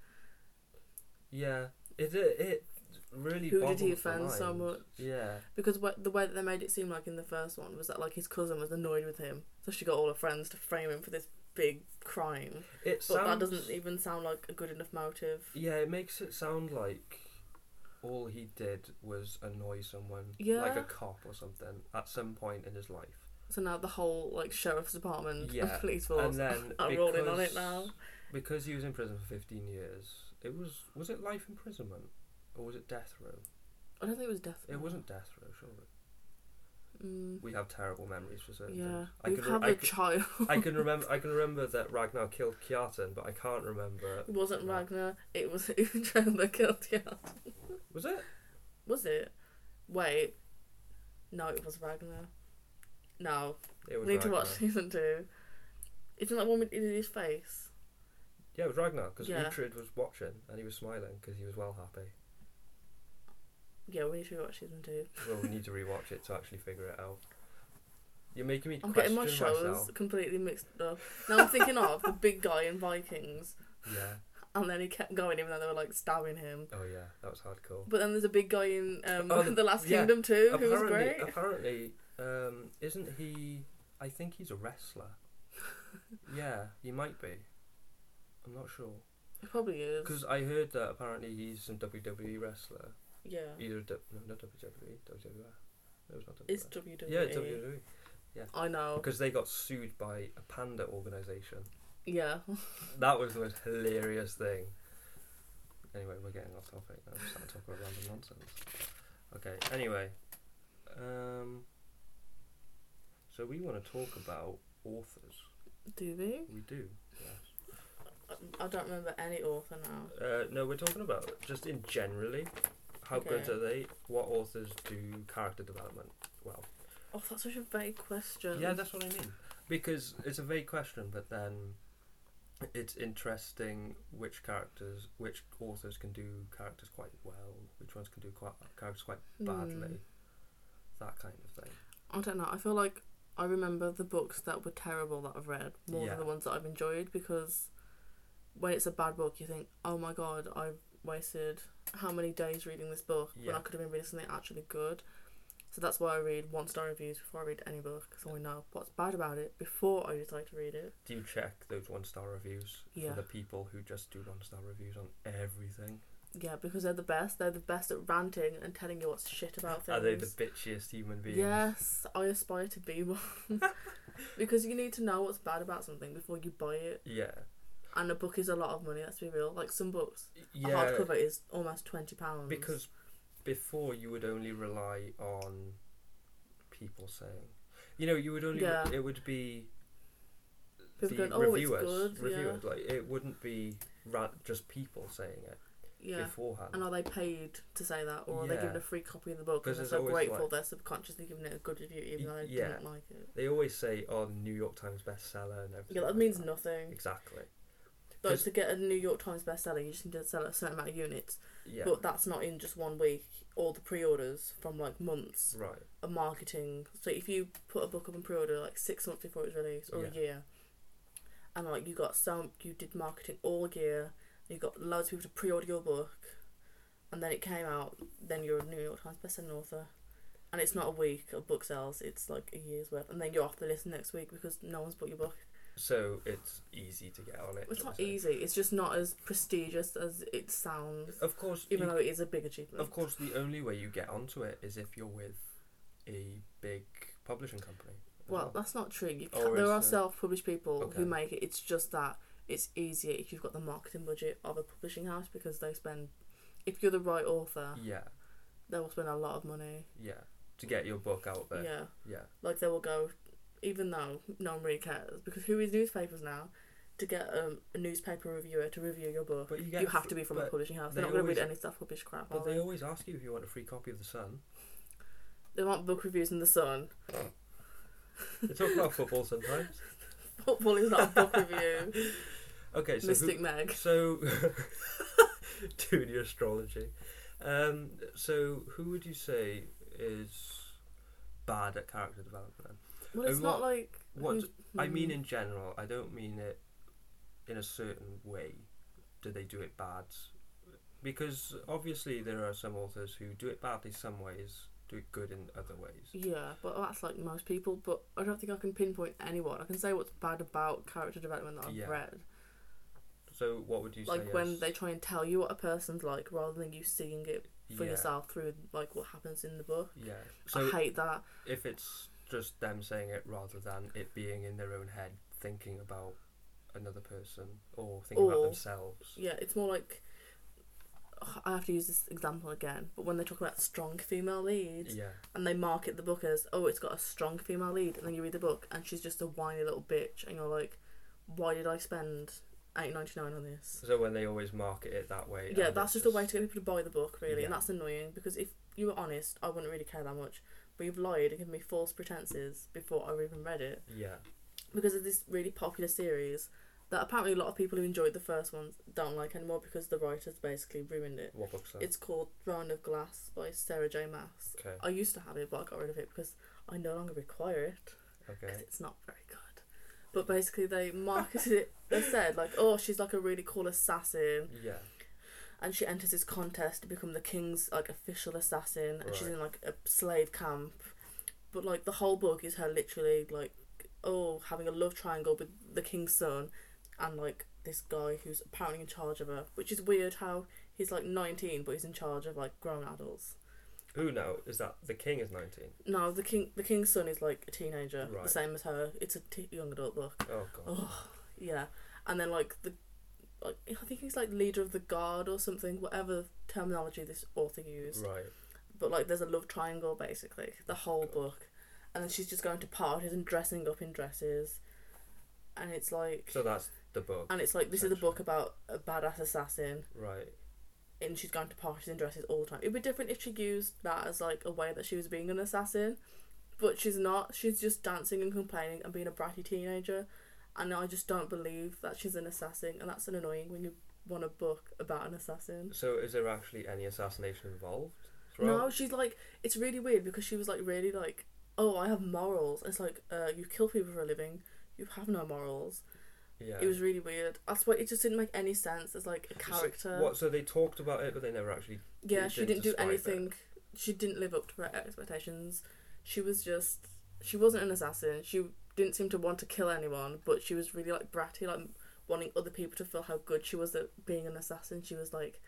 A: yeah. It it, it really.
B: Who did he
A: boggles the
B: offend so
A: mind.
B: much?
A: Yeah.
B: Because what, the way that they made it seem like in the first one was that like his cousin was annoyed with him, so she got all her friends to frame him for this big crime.
A: It
B: But
A: sounds.
B: that doesn't even sound like a good enough motive.
A: Yeah, it makes it sound like all he did was annoy someone, like a
B: Yeah.
A: cop or something, at some point in his life.
B: So now the whole like sheriff's department
A: Yeah,
B: and police
A: and
B: force
A: then
B: are rolling on it
A: because-
B: now.
A: because he was in prison for 15 years it was was it life imprisonment or was it death row
B: I don't think it was death.
A: it wasn't death row surely
B: Mm,
A: we have terrible memories for certain
B: yeah,
A: things. I
B: we've
A: can, re-
B: had
A: I
B: a
A: can-
B: child.
A: I can remember. I can remember that Ragnar killed Kiartan, but I can't remember.
B: It wasn't
A: Ragnar.
B: Ragnar. It was Uhtred that killed Jarl.
A: Was it?
B: Was it? Wait, no, it was Ragnar. No,
A: It was
B: need to
A: Ragnar.
B: watch season two. Isn't that one with in his face?
A: Yeah, it was Ragnar because
B: Yeah.
A: Uhtred was watching and he was smiling because he was well happy.
B: Yeah, we need to watch season two.
A: Well, we need to rewatch it to actually figure it out. You're making me
B: I'm
A: question
B: getting my shows
A: myself.
B: completely mixed up. Now I'm thinking of the big guy in Vikings,
A: Yeah.
B: and then he kept going even though they were like stabbing him.
A: Oh yeah, that was hardcore.
B: But then there's a big guy in um,
A: Oh,
B: the Last
A: yeah.
B: Kingdom too, who was
A: apparently, uh,
B: great.
A: apparently, um, isn't he? I think he's a wrestler. yeah, he might be. I'm not sure
B: He probably is.
A: because I heard that apparently he's some WWE wrestler.
B: Yeah,
A: Either a, no, not E, WWE, WWF. No, it's not WWE.
B: it's E. WWE.
A: yeah, E. it's WWE.
B: I know.
A: Because they got sued by a panda organization.
B: Yeah.
A: That was the most hilarious thing. Anyway, we're getting off topic. I'm just starting to talk about random nonsense. Okay. Anyway, um, so we want to talk about authors.
B: Do we?
A: We do. Yes.
B: I- I don't remember any author now.
A: Uh, no, we're talking about just in generally. How good
B: Okay.
A: are they? What authors do character development well?
B: Oh, that's such a vague question.
A: Yeah, that's what I mean. Because it's a vague question, but then it's interesting which characters, which authors can do characters quite well, which ones can do quite, characters quite
B: Hmm.
A: badly, that kind of thing.
B: I don't know. I feel like I remember the books that were terrible that I've read more
A: Yeah.
B: than the ones that I've enjoyed because when it's a bad book, you think, oh my god, I've wasted how many days reading this book when
A: Yeah.
B: I could have been reading something actually good. So that's why I read one star reviews before I read any book, so I know what's bad about it before I decide to read it.
A: Do you check those one star reviews
B: Yeah.
A: for the people who just do one star reviews on everything?
B: Yeah, because they're the best. They're the best at ranting and telling you what's shit about things.
A: Are they the bitchiest human beings?
B: Yes, I aspire to be one. because you need to know what's bad about something before you buy it.
A: Yeah.
B: And a book is a lot of money, let's be real. Like some books, a
A: Yeah.
B: hardcover is almost £20.
A: Because before you would only rely on people saying, you know, you would only
B: Yeah.
A: it would be
B: People
A: the
B: going, "Oh, it's
A: reviewers,
B: good," yeah.
A: reviewers like it wouldn't be ra- just people saying it
B: Yeah. And
A: beforehand.
B: are they paid to say that? Or are they
A: Yeah.
B: given a free copy of the book?
A: 'Cause
B: And they're
A: there's
B: so
A: always,
B: grateful
A: like-
B: they're subconsciously giving it a good review even though they
A: Yeah.
B: didn't like it.
A: They always say, "Oh, the New York Times bestseller," and everything.
B: Yeah, that
A: like
B: means
A: that.
B: nothing.
A: Exactly.
B: Like
A: 'Cause-
B: to get a New York Times bestseller, you just need to sell a certain amount of units.
A: Yeah.
B: But that's not in just one week. All the pre-orders from like months.
A: right.
B: a marketing. So if you put a book up in pre-order like six months before it's released or
A: Yeah.
B: a year, and like you got some, you did marketing all year. You got loads of people to pre-order your book, and then it came out. Then you're a New York Times bestselling author, and it's not a week of book sales. It's like a year's worth, and then you're off the list next week because no one's bought your book.
A: So it's easy to get on it. sort
B: It's
A: of
B: not
A: thing.
B: easy. It's just not as prestigious as it sounds,
A: Of course,
B: even
A: you-
B: though it is a big achievement.
A: of course, the only way you get onto it is if you're with a big publishing company. as
B: Well, that's not true. You
A: Or
B: can, there
A: is
B: are
A: there?
B: self-published people
A: Okay.
B: who make it. It's just that it's easier if you've got the marketing budget of a publishing house because they spend. If you're the right author,
A: yeah,
B: they will spend a lot of money.
A: yeah, to get your book out there.
B: Yeah,
A: yeah.
B: like they will go, even though no one really cares because who reads newspapers now? To get um, a newspaper reviewer to review your book,
A: But you get
B: you have
A: fr-
B: to be from a
A: but
B: publishing house.
A: they
B: They're not going to read
A: always-
B: any self-published crap.
A: But
B: are
A: they
B: they?
A: always ask you if you want a free copy of the Sun.
B: they want book reviews in the Sun.
A: They talk about football sometimes.
B: Football is not a book review.
A: Okay, so who-
B: Mystic Meg.
A: So, doing your astrology. Um, so, who would you say is bad at character development? then?
B: Well, it's
A: Uh,
B: not
A: what-
B: like.
A: what
B: who's-
A: I mean,
B: Hmm.
A: in general, I don't mean it in a certain way. Do they do it bad? Because obviously, there are some authors who do it badly some ways, do it good in other ways.
B: Yeah, but that's like most people. But I don't think I can pinpoint anyone. I can say what's bad about character development that I've
A: Yeah.
B: read.
A: So, what would you say?
B: Like when
A: is-
B: they try and tell you what a person's like, rather than you seeing it for
A: yeah,
B: yourself through like what happens in the book.
A: Yeah. So,
B: I hate that.
A: if it's just them saying it rather than it being in their own head thinking about another person or thinking
B: Or-
A: about themselves.
B: Yeah, it's more like I have to use this example again, but when they talk about strong female leads
A: Yeah.
B: and they market the book as, oh, it's got a strong female lead, and then you read the book and she's just a whiny little bitch, and you're like, why did I spend eight ninety nine on this?
A: So when they always market it that way.
B: Yeah,
A: and
B: that's
A: it's
B: just a way to get people to buy the book, really, and
A: Yeah.
B: that's annoying because if you were honest, I wouldn't really care that much. But you've lied and given me false pretenses before I've even read it
A: Yeah.
B: because of this really popular series that apparently a lot of people who enjoyed the first one don't like anymore because the writers basically ruined it.
A: What book's that?
B: It's called Throne of Glass by Sarah J. Maas.
A: okay.
B: I used to have it, but I got rid of it because I no longer require it because
A: Okay.
B: it's not very good. But basically, they marketed it. They said like, "Oh, she's like a really cool assassin,
A: Yeah.
B: and she enters this contest to become the king's like official assassin, and she's
A: Right.
B: in like a slave camp." But like the whole book is her literally like, oh, having a love triangle with the king's son, and like this guy who's apparently in charge of her, which is weird how he's like nineteen but he's in charge of like grown adults.
A: Who now is that? The king is nineteen.
B: No, the king, the king's son is like a teenager, the
A: Right.
B: same as her. It's a t- young adult book.
A: Oh god.
B: Oh, yeah. And then like the, like I think he's like leader of the guard or something, whatever terminology this author used.
A: Right.
B: But like, there's a love triangle basically the whole book, and then she's just going to parties and dressing up in dresses, and it's like,
A: So that's the book.
B: and it's like this is a book about a badass assassin,
A: Right.
B: and she's going to parties in dresses all the time. It'd be different if she used that as like a way that she was being an assassin, but she's not. She's just dancing and complaining and being a bratty teenager, and I just don't believe that she's an assassin, and that's an annoying when you want a book about an assassin.
A: So is there actually any assassination involved?
B: No,
A: throughout?
B: she's like it's really weird because she was like really like oh I have morals. It's like uh, you kill people for a living. You have no morals.
A: Yeah.
B: It was really weird. That's why it just didn't make any sense. As like a character.
A: So, what? So they talked about it, but they never actually.
B: Yeah,
A: You
B: she
A: didn't
B: didn't do
A: describe it.
B: anything. She didn't live up to her expectations. She was just. She wasn't an assassin. She didn't seem to want to kill anyone, but she was really like bratty, like wanting other people to feel how good she was at being an assassin. She was like,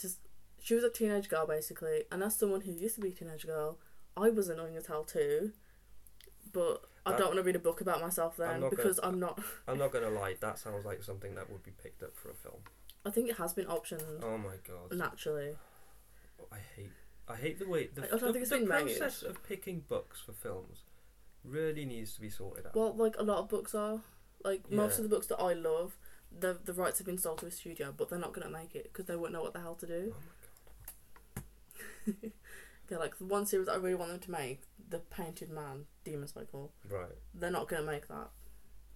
B: just. She was a teenage girl basically, and as someone who used to be a teenage girl, I was annoying as hell too. But I
A: That-
B: don't want to read a book about myself then
A: I'm not gonna-
B: because I'm not.
A: I'm not gonna lie. That sounds like something that would be picked up for a film.
B: I think it has been optioned
A: Oh my god.
B: naturally.
A: I hate. I hate the way the,
B: I don't
A: the,
B: think it's
A: the
B: been made.
A: process of picking books for films really needs to be sorted out.
B: Well, like a lot of books are. Like most
A: Yeah.
B: of the books that I love, the the rights have been sold to a studio, but they're not gonna make it because they wouldn't know what the hell to
A: oh my
B: do.
A: god.
B: Yeah, like the one series I really want them to make, the Painted Man, Demon Cycle.
A: Right.
B: They're not gonna make that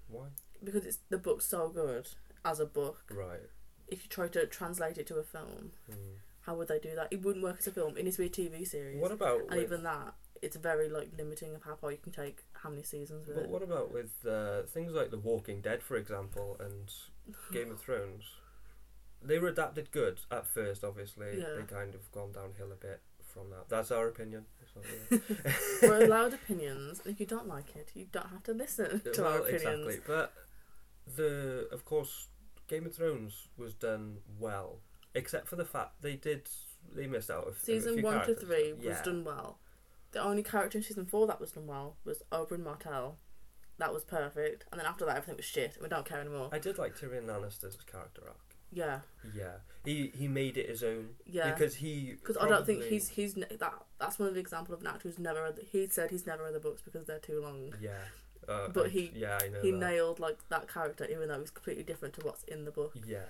A: Why?
B: because it's the book's so good as a book.
A: Right.
B: If you try to translate it to a film,
A: Hmm.
B: how would they do that? It wouldn't work as a film. It needs to be a TV series.
A: What about
B: and
A: with,
B: even that, it's very like limiting of how far you can take, how many seasons with
A: but
B: it.
A: what about with uh, things like The Walking Dead, for example, and Game of Thrones? They were adapted good at first. Obviously,
B: Yeah.
A: they kind of gone downhill a bit from that. That's our opinion. It's not really-
B: We're allowed opinions, and if you don't like it, you don't have to listen
A: Yeah,
B: to our
A: well,
B: opinions.
A: exactly. But the of course, Game of Thrones was done well, except for the fact they did they missed out. A f- a
B: Season
A: few
B: one to
A: characters.
B: three was
A: Yeah.
B: done well. The only character in season four that was done well was Oberyn Martell. That was perfect. And then after that, everything was shit, and we don't care anymore.
A: I did like Tyrion Lannister's character arc.
B: yeah,
A: Yeah, he he made it his own.
B: yeah.
A: because he
B: Because I don't think
A: probably-
B: he's he's ne- that. That's one of the example of an actor who's never read. The, he said he's never read the books because they're too long.
A: Yeah, uh,
B: But
A: I-
B: he-
A: yeah I know
B: He
A: that.
B: nailed like that character, even though it was completely different to what's in the book.
A: Yeah,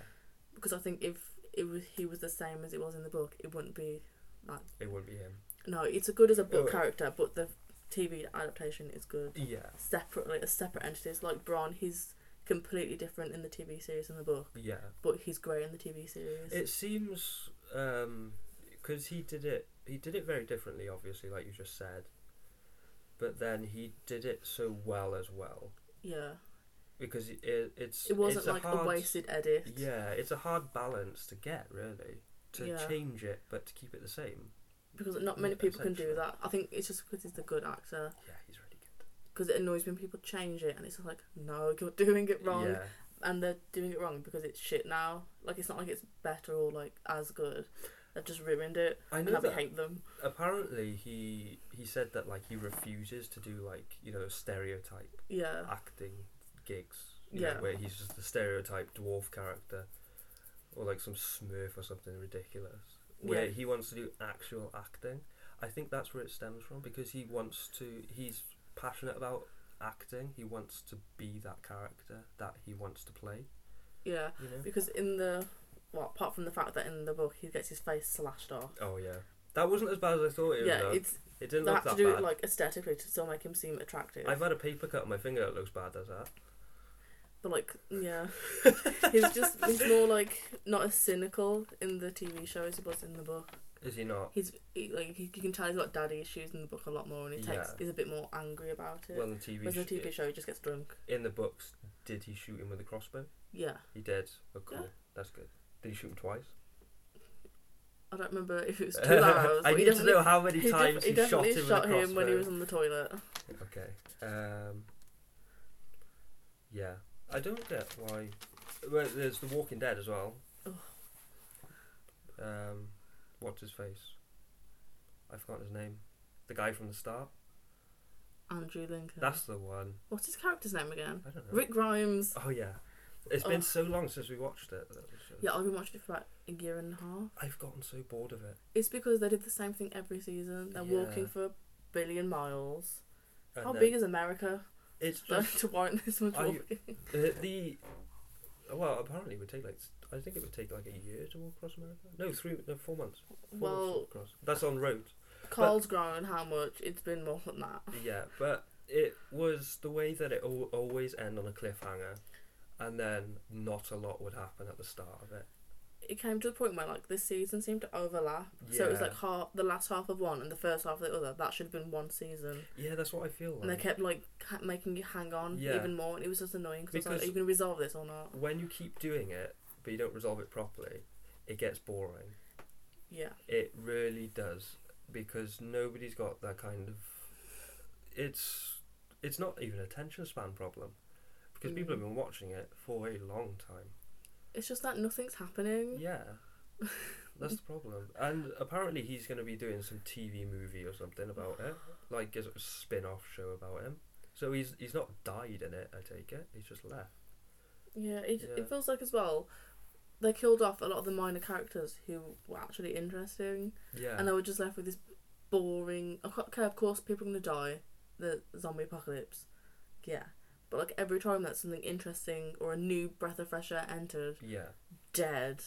B: Because I think if it was he was the same as it was in the book, it wouldn't be like
A: it would be him.
B: no. It's a good as a book
A: Oh.
B: character, but the TV adaptation is good.
A: Yeah,
B: separately as separate entities. Like Bron, he's completely different in the TV series and the book,
A: yeah.
B: but he's great in the TV series.
A: It seems because he did it. He did it very differently, obviously, like you just said. But then he did it so well as well
B: yeah,
A: because it, it, it's
B: it wasn't
A: it's a
B: like
A: hard,
B: a wasted edit.
A: Yeah, it's a hard balance to get really to
B: Yeah.
A: change it, but to keep it the same.
B: because not many
A: Yeah,
B: people can do
A: essentially.
B: that. I think it's just because he's a good actor.
A: Yeah, he's really good.
B: Because it annoys me when people change it, and it's just like, no, you're doing it wrong,
A: Yeah,
B: and they're doing it wrong because it's shit now. Like it's not like it's better or like as good. They've just ruined it,
A: I
B: and
A: know
B: I
A: that.
B: hate them.
A: Apparently, he he said that like he refuses to do like you know stereotype
B: Yeah,
A: acting gigs. You know,
B: Yeah.
A: where he's just the stereotype dwarf character. or like some Smurf or something ridiculous, where
B: Yeah.
A: he wants to do actual acting. I think that's where it stems from because he wants to. He's passionate about acting. He wants to be that character that he wants to play.
B: Yeah,
A: You know.
B: because in the well, apart from the fact that in the book he gets his face slashed off.
A: Oh yeah, that wasn't as bad as I thought it was.
B: yeah,
A: though.
B: it's
A: it didn't
B: they
A: look that
B: have to do
A: bad.
B: it like aesthetically to still make him seem attractive.
A: I've had a paper cut on my finger that looks bad as that.
B: But like, yeah, he's just he's more like not as cynical in the TV show as he was in the book.
A: Is he not?
B: He's he, like he, you can tell he's got daddy issues in the book a lot more, and he takes
A: Yeah.
B: he's a bit more angry about it.
A: Well, in the TV,
B: Whereas in
A: sh-
B: the TV show, he just gets drunk.
A: in the books, did he shoot him with a crossbow?
B: Yeah,
A: He did. Oh, cool.
B: Yeah.
A: That's good. Did he shoot him twice?
B: I don't remember if it was two hours.
A: I
B: but he
A: need to know
B: definitely-
A: how many
B: he def-
A: times he, shot
B: definitely
A: him
B: shot
A: with a
B: him when he
A: crossbow.
B: was on the toilet.
A: Okay. Um, yeah, I don't get why. Well, there's The Walking Dead as well.
B: Ugh.
A: Um, what's his face? I forgot his name. The guy from the start.
B: Andrew Lincoln.
A: That's Uh, the one.
B: What's his character's name again?
A: I don't know.
B: Rick Grimes.
A: Oh yeah. it's been
B: Ugh.
A: so long since we watched it. that was just-
B: Yeah, I've been watching it for about a year and a half.
A: I've gotten so bored of it.
B: It's because they did the same thing every season. They're walking
A: Yeah.
B: for a billion miles.
A: And
B: How
A: then
B: big is America
A: It's
B: though,
A: just
B: to warrant this much
A: Are you-
B: walking?
A: the, Uh, the well, apparently it would take like s- I think it would take like a year to walk across America. No, three, no, four months. Four months to
B: Well,
A: walk across. That's on road.
B: Carl's grown how much? It's been more than that.
A: Yeah, but it was the way that it al- always end on a cliffhanger, and then not a lot would happen at the start of it.
B: It came to the point where like this season seemed to overlap. So it was
A: Yeah.
B: like half the last half of one and the first half of the other. That should have been one season.
A: Yeah, that's what I feel
B: And they
A: like.
B: kept like ha- making you hang on
A: Yeah.
B: even more, and it was just annoying because like,
A: Because-
B: are you going to resolve this or not?
A: When you keep doing it, but you don't resolve it properly, it gets boring.
B: Yeah,
A: It really does because nobody's got that kind of. It's it's not even a attention span problem because people have
B: Mm.
A: been watching it for a long time.
B: it's just that nothing's happening.
A: Yeah. That's the problem. And apparently he's going to be doing some TV movie or something about it, like a spin-off show about him. So he's he's not died in it, I take it. He's just left.
B: Yeah, it,
A: Yeah.
B: it feels like as well they killed off a lot of the minor characters who were actually interesting,
A: Yeah.
B: and they were just left with this boring. Okay, of course people are gonna die, the zombie apocalypse, yeah. But like every time that something interesting or a new breath of fresh air entered,
A: yeah.
B: dead.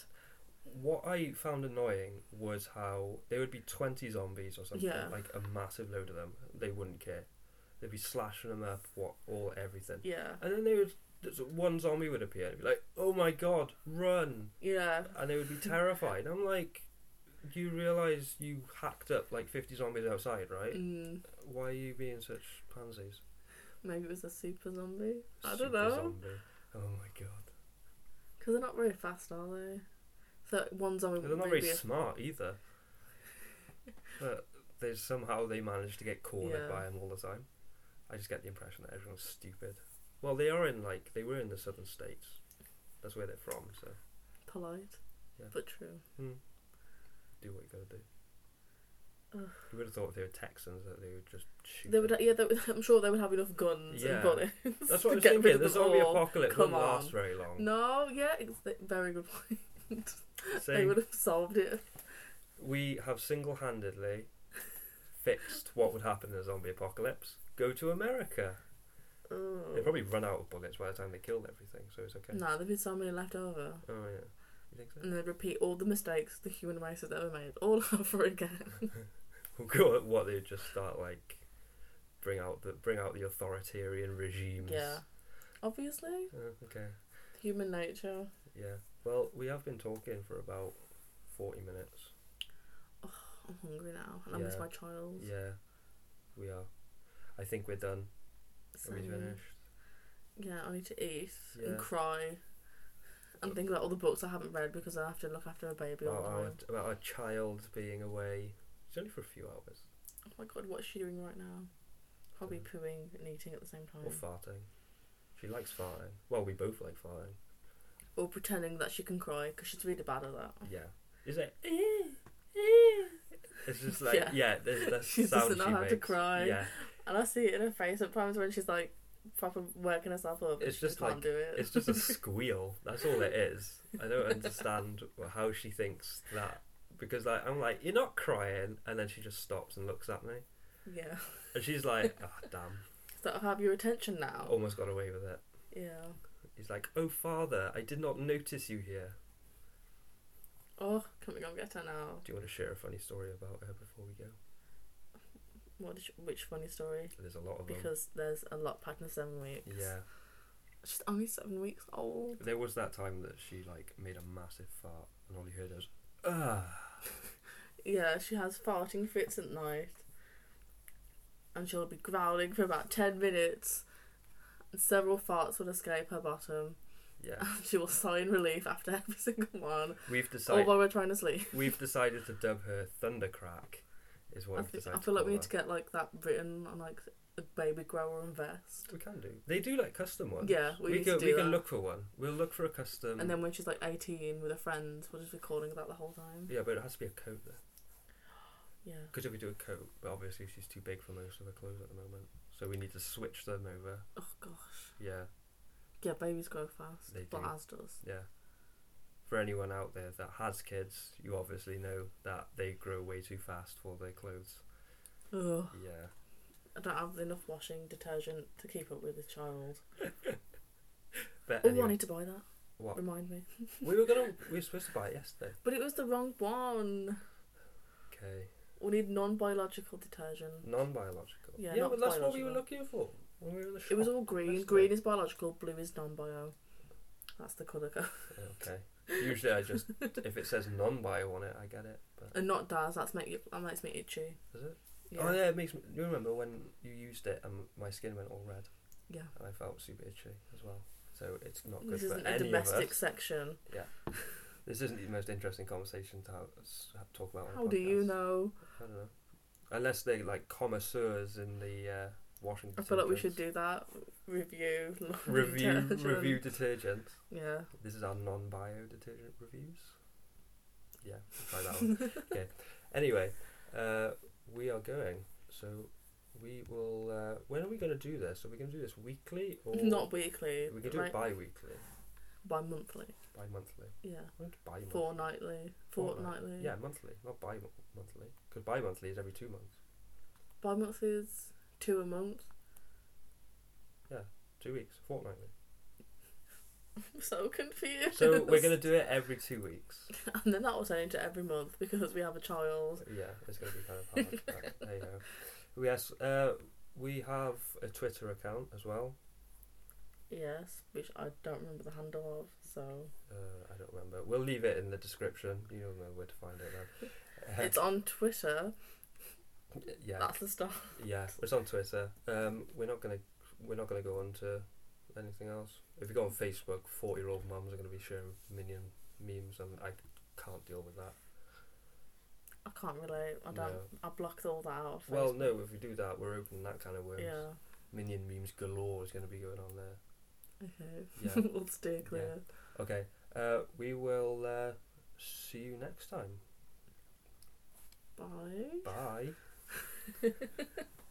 A: What I found annoying was how there would be 20 zombies or something,
B: Yeah.
A: like a massive load of them. They wouldn't care. They'd be slashing them up, what, all, everything.
B: Yeah,
A: And then they would, there's one zombie would appear and be like, oh my god, run!
B: yeah.
A: and they would be terrified. I'm like, you realise you hacked up like 50 zombies outside, right?
B: Mm,
A: Why are you being such pansies?
B: maybe it was a super zombie. I don't
A: Super
B: know
A: Zombie. Oh my god.
B: because they're not very fast, are they? So one zombie
A: They're not
B: maybe
A: very smart either. but there's somehow they manage to get cornered
B: Yeah.
A: by them all the time. I just get the impression that everyone's stupid. Well, they are in like they were in the southern states. That's where they're from. So
B: polite,
A: Yeah.
B: but true.
A: hmm. do what you gotta do.
B: Ugh.
A: You would have thought if they were Texans that they would just shoot.
B: They would,
A: them.
B: yeah. They would, I'm sure they would have enough guns
A: Yeah.
B: and bullets.
A: That's what I
B: to
A: was
B: get rid
A: thinking.
B: of
A: The
B: them
A: zombie
B: all.
A: apocalypse
B: Come
A: won't last
B: on.
A: very long.
B: No, yeah, it's a very good point. They
A: Saying
B: would have solved it.
A: we have single-handedly fixed what would happen in a zombie apocalypse. Go to America. They
B: Oh.
A: probably run out of bullets by the time they killed everything, so it's okay.
B: No, there'd be so many left over.
A: Oh yeah, you think so?
B: And they'd repeat all the mistakes the human race has ever made all over again.
A: Well, go what they would just start like bring out the bring out the authoritarian regimes.
B: Yeah. Obviously.
A: Oh, okay.
B: Human nature.
A: Yeah. Well, we have been talking for about forty minutes.
B: I'm hungry now and I miss
A: Yeah.
B: my child.
A: Yeah, we are. I think we're done. Are we
B: Same.
A: finished?
B: Yeah, I need to eat
A: Yeah.
B: and cry and think about all the books I haven't read because I have to look after a baby all
A: about
B: the
A: our,
B: time.
A: about our child being away. It's only for a few hours.
B: Oh my god, what's she doing right now? Probably
A: Dunno.
B: pooing and eating at the same time.
A: Or farting. She likes farting. Well, we both like farting.
B: Or pretending that she can cry because she's really bad at that.
A: Yeah. Is it? It's just like yeah.
B: Yeah.
A: there's that
B: She
A: sound
B: doesn't know
A: she
B: how to
A: makes.
B: cry.
A: Yeah.
B: And I see it in her face at times when she's like, proper working herself up.
A: It's
B: she
A: just
B: can't
A: like-
B: do it.
A: It's just a squeal. That's all it is. I don't understand how she thinks that because like I'm like you're not crying, and then she just stops and looks at me,
B: yeah.
A: and she's like, ah, damn,
B: So I have your attention now.
A: almost got away with it.
B: Yeah.
A: He's like, oh father, I did not notice you here.
B: Oh, can we go and get her now?
A: Do you want to share a funny story about her before we go?
B: What? Is, which funny story?
A: There's a lot of them.
B: Because there's a lot packed in seven weeks.
A: yeah,
B: She's only seven weeks old.
A: there was that time that she like made a massive fart, and all you heard was, ah.
B: Yeah, she has farting fits at night. And she'll be growling for about 10 minutes. And several farts will escape her bottom.
A: Yeah,
B: And she will sigh in relief after every single one.
A: we've
B: All
A: decided.
B: while we're trying to sleep.
A: We've decided to dub her Thundercrack. Is what
B: I,
A: we've
B: think,
A: decided.
B: I feel like
A: call
B: we
A: her.
B: need to get like that written on like a baby grower and vest.
A: We can do. They do like custom ones.
B: Yeah, we need
A: can,
B: to do
A: we
B: that.
A: can look for one. We'll look for a custom.
B: and then when she's like 18 with her friends, we'll just be calling her that the whole time.
A: yeah, but it has to be a coat though.
B: Yeah.
A: Because if we do a coat, but obviously she's too big for most of her clothes at the moment, so we need to switch them over.
B: Oh gosh.
A: Yeah,
B: Yeah, babies grow fast.
A: They
B: but
A: do.
B: as does.
A: yeah. For anyone out there that has kids, you obviously know that they grow way too fast for their clothes.
B: Ugh.
A: Yeah.
B: I don't have enough washing detergent to keep up with the child.
A: But
B: Oh, I
A: Uh, anyway, Oh.
B: need to buy that.
A: what
B: Remind me.
A: we were gonna we were supposed to buy it yesterday.
B: But it was the wrong one.
A: Okay.
B: We need non-biological detergent.
A: Non-biological.
B: Yeah,
A: yeah
B: not
A: but that's what we were
B: biological.
A: looking for when we were in the shop.
B: It was all green.
A: Oh, That's
B: Green
A: nice.
B: is biological. Blue is non-bio. That's the colour code.
A: Okay. Usually I just if it says non-bio on it, I get it. But
B: And Uh, not Daz. That's make you, that makes me itchy.
A: is it?
B: Yeah.
A: Oh yeah, it makes me. You remember when you used it and my skin went all red
B: Yeah.
A: and I felt super itchy as well. So it's not good
B: This
A: for
B: isn't
A: any
B: a
A: of
B: domestic
A: us.
B: section.
A: This isn't the most interesting conversation to have, s- have- talk about. on a
B: How do you
A: podcast.
B: know?
A: I don't know. Unless they like connoisseurs in the uh, Washington.
B: I feel like we should do that. Review.
A: review
B: detergent.
A: review detergent.
B: Yeah.
A: This is our non-bio detergent reviews. Yeah, try that one. okay. Anyway, uh, we are going. So we will. Uh, when are we going to do this? Are we going to do this weekly or
B: Not weekly.
A: We can do
B: right?
A: it bi-weekly,
B: bi-monthly.
A: bi-monthly.
B: Yeah.
A: Not bi-monthly.
B: Fortnightly.
A: Fortnight.
B: Fortnightly.
A: Yeah, monthly, not bi-monthly. Because bi-monthly is every two months,
B: Bi-monthly is two a month.
A: two weeks, fortnightly.
B: I'm so confused.
A: So we're going to do it every two weeks.
B: And then that will turn into every month because we have a child.
A: Yeah, it's going to be kind of hard. but there you go. Yes, uh, we have a Twitter account as well.
B: Yes, which I don't remember the handle of. So
A: Uh, I don't remember. We'll leave it in the description. You'll know where to find it then. Uh,
B: it's on Twitter.
A: yeah,
B: That's the start.
A: yeah. It's on Twitter. Um, we're not gonna we're not gonna go on to anything else. If you go on Facebook, forty year old mums are gonna be sharing minion memes, and I can't deal with that.
B: I can't relate. I don't.
A: No.
B: I blocked all that out. of
A: Well,
B: Facebook.
A: no. If we do that, we're opening that kind of worms.
B: Yeah.
A: Minion memes galore is gonna be going on there.
B: Okay.
A: Yeah.
B: we'll steer clear.
A: Okay. Uh, we will uh, see you next time.
B: Bye.
A: Bye.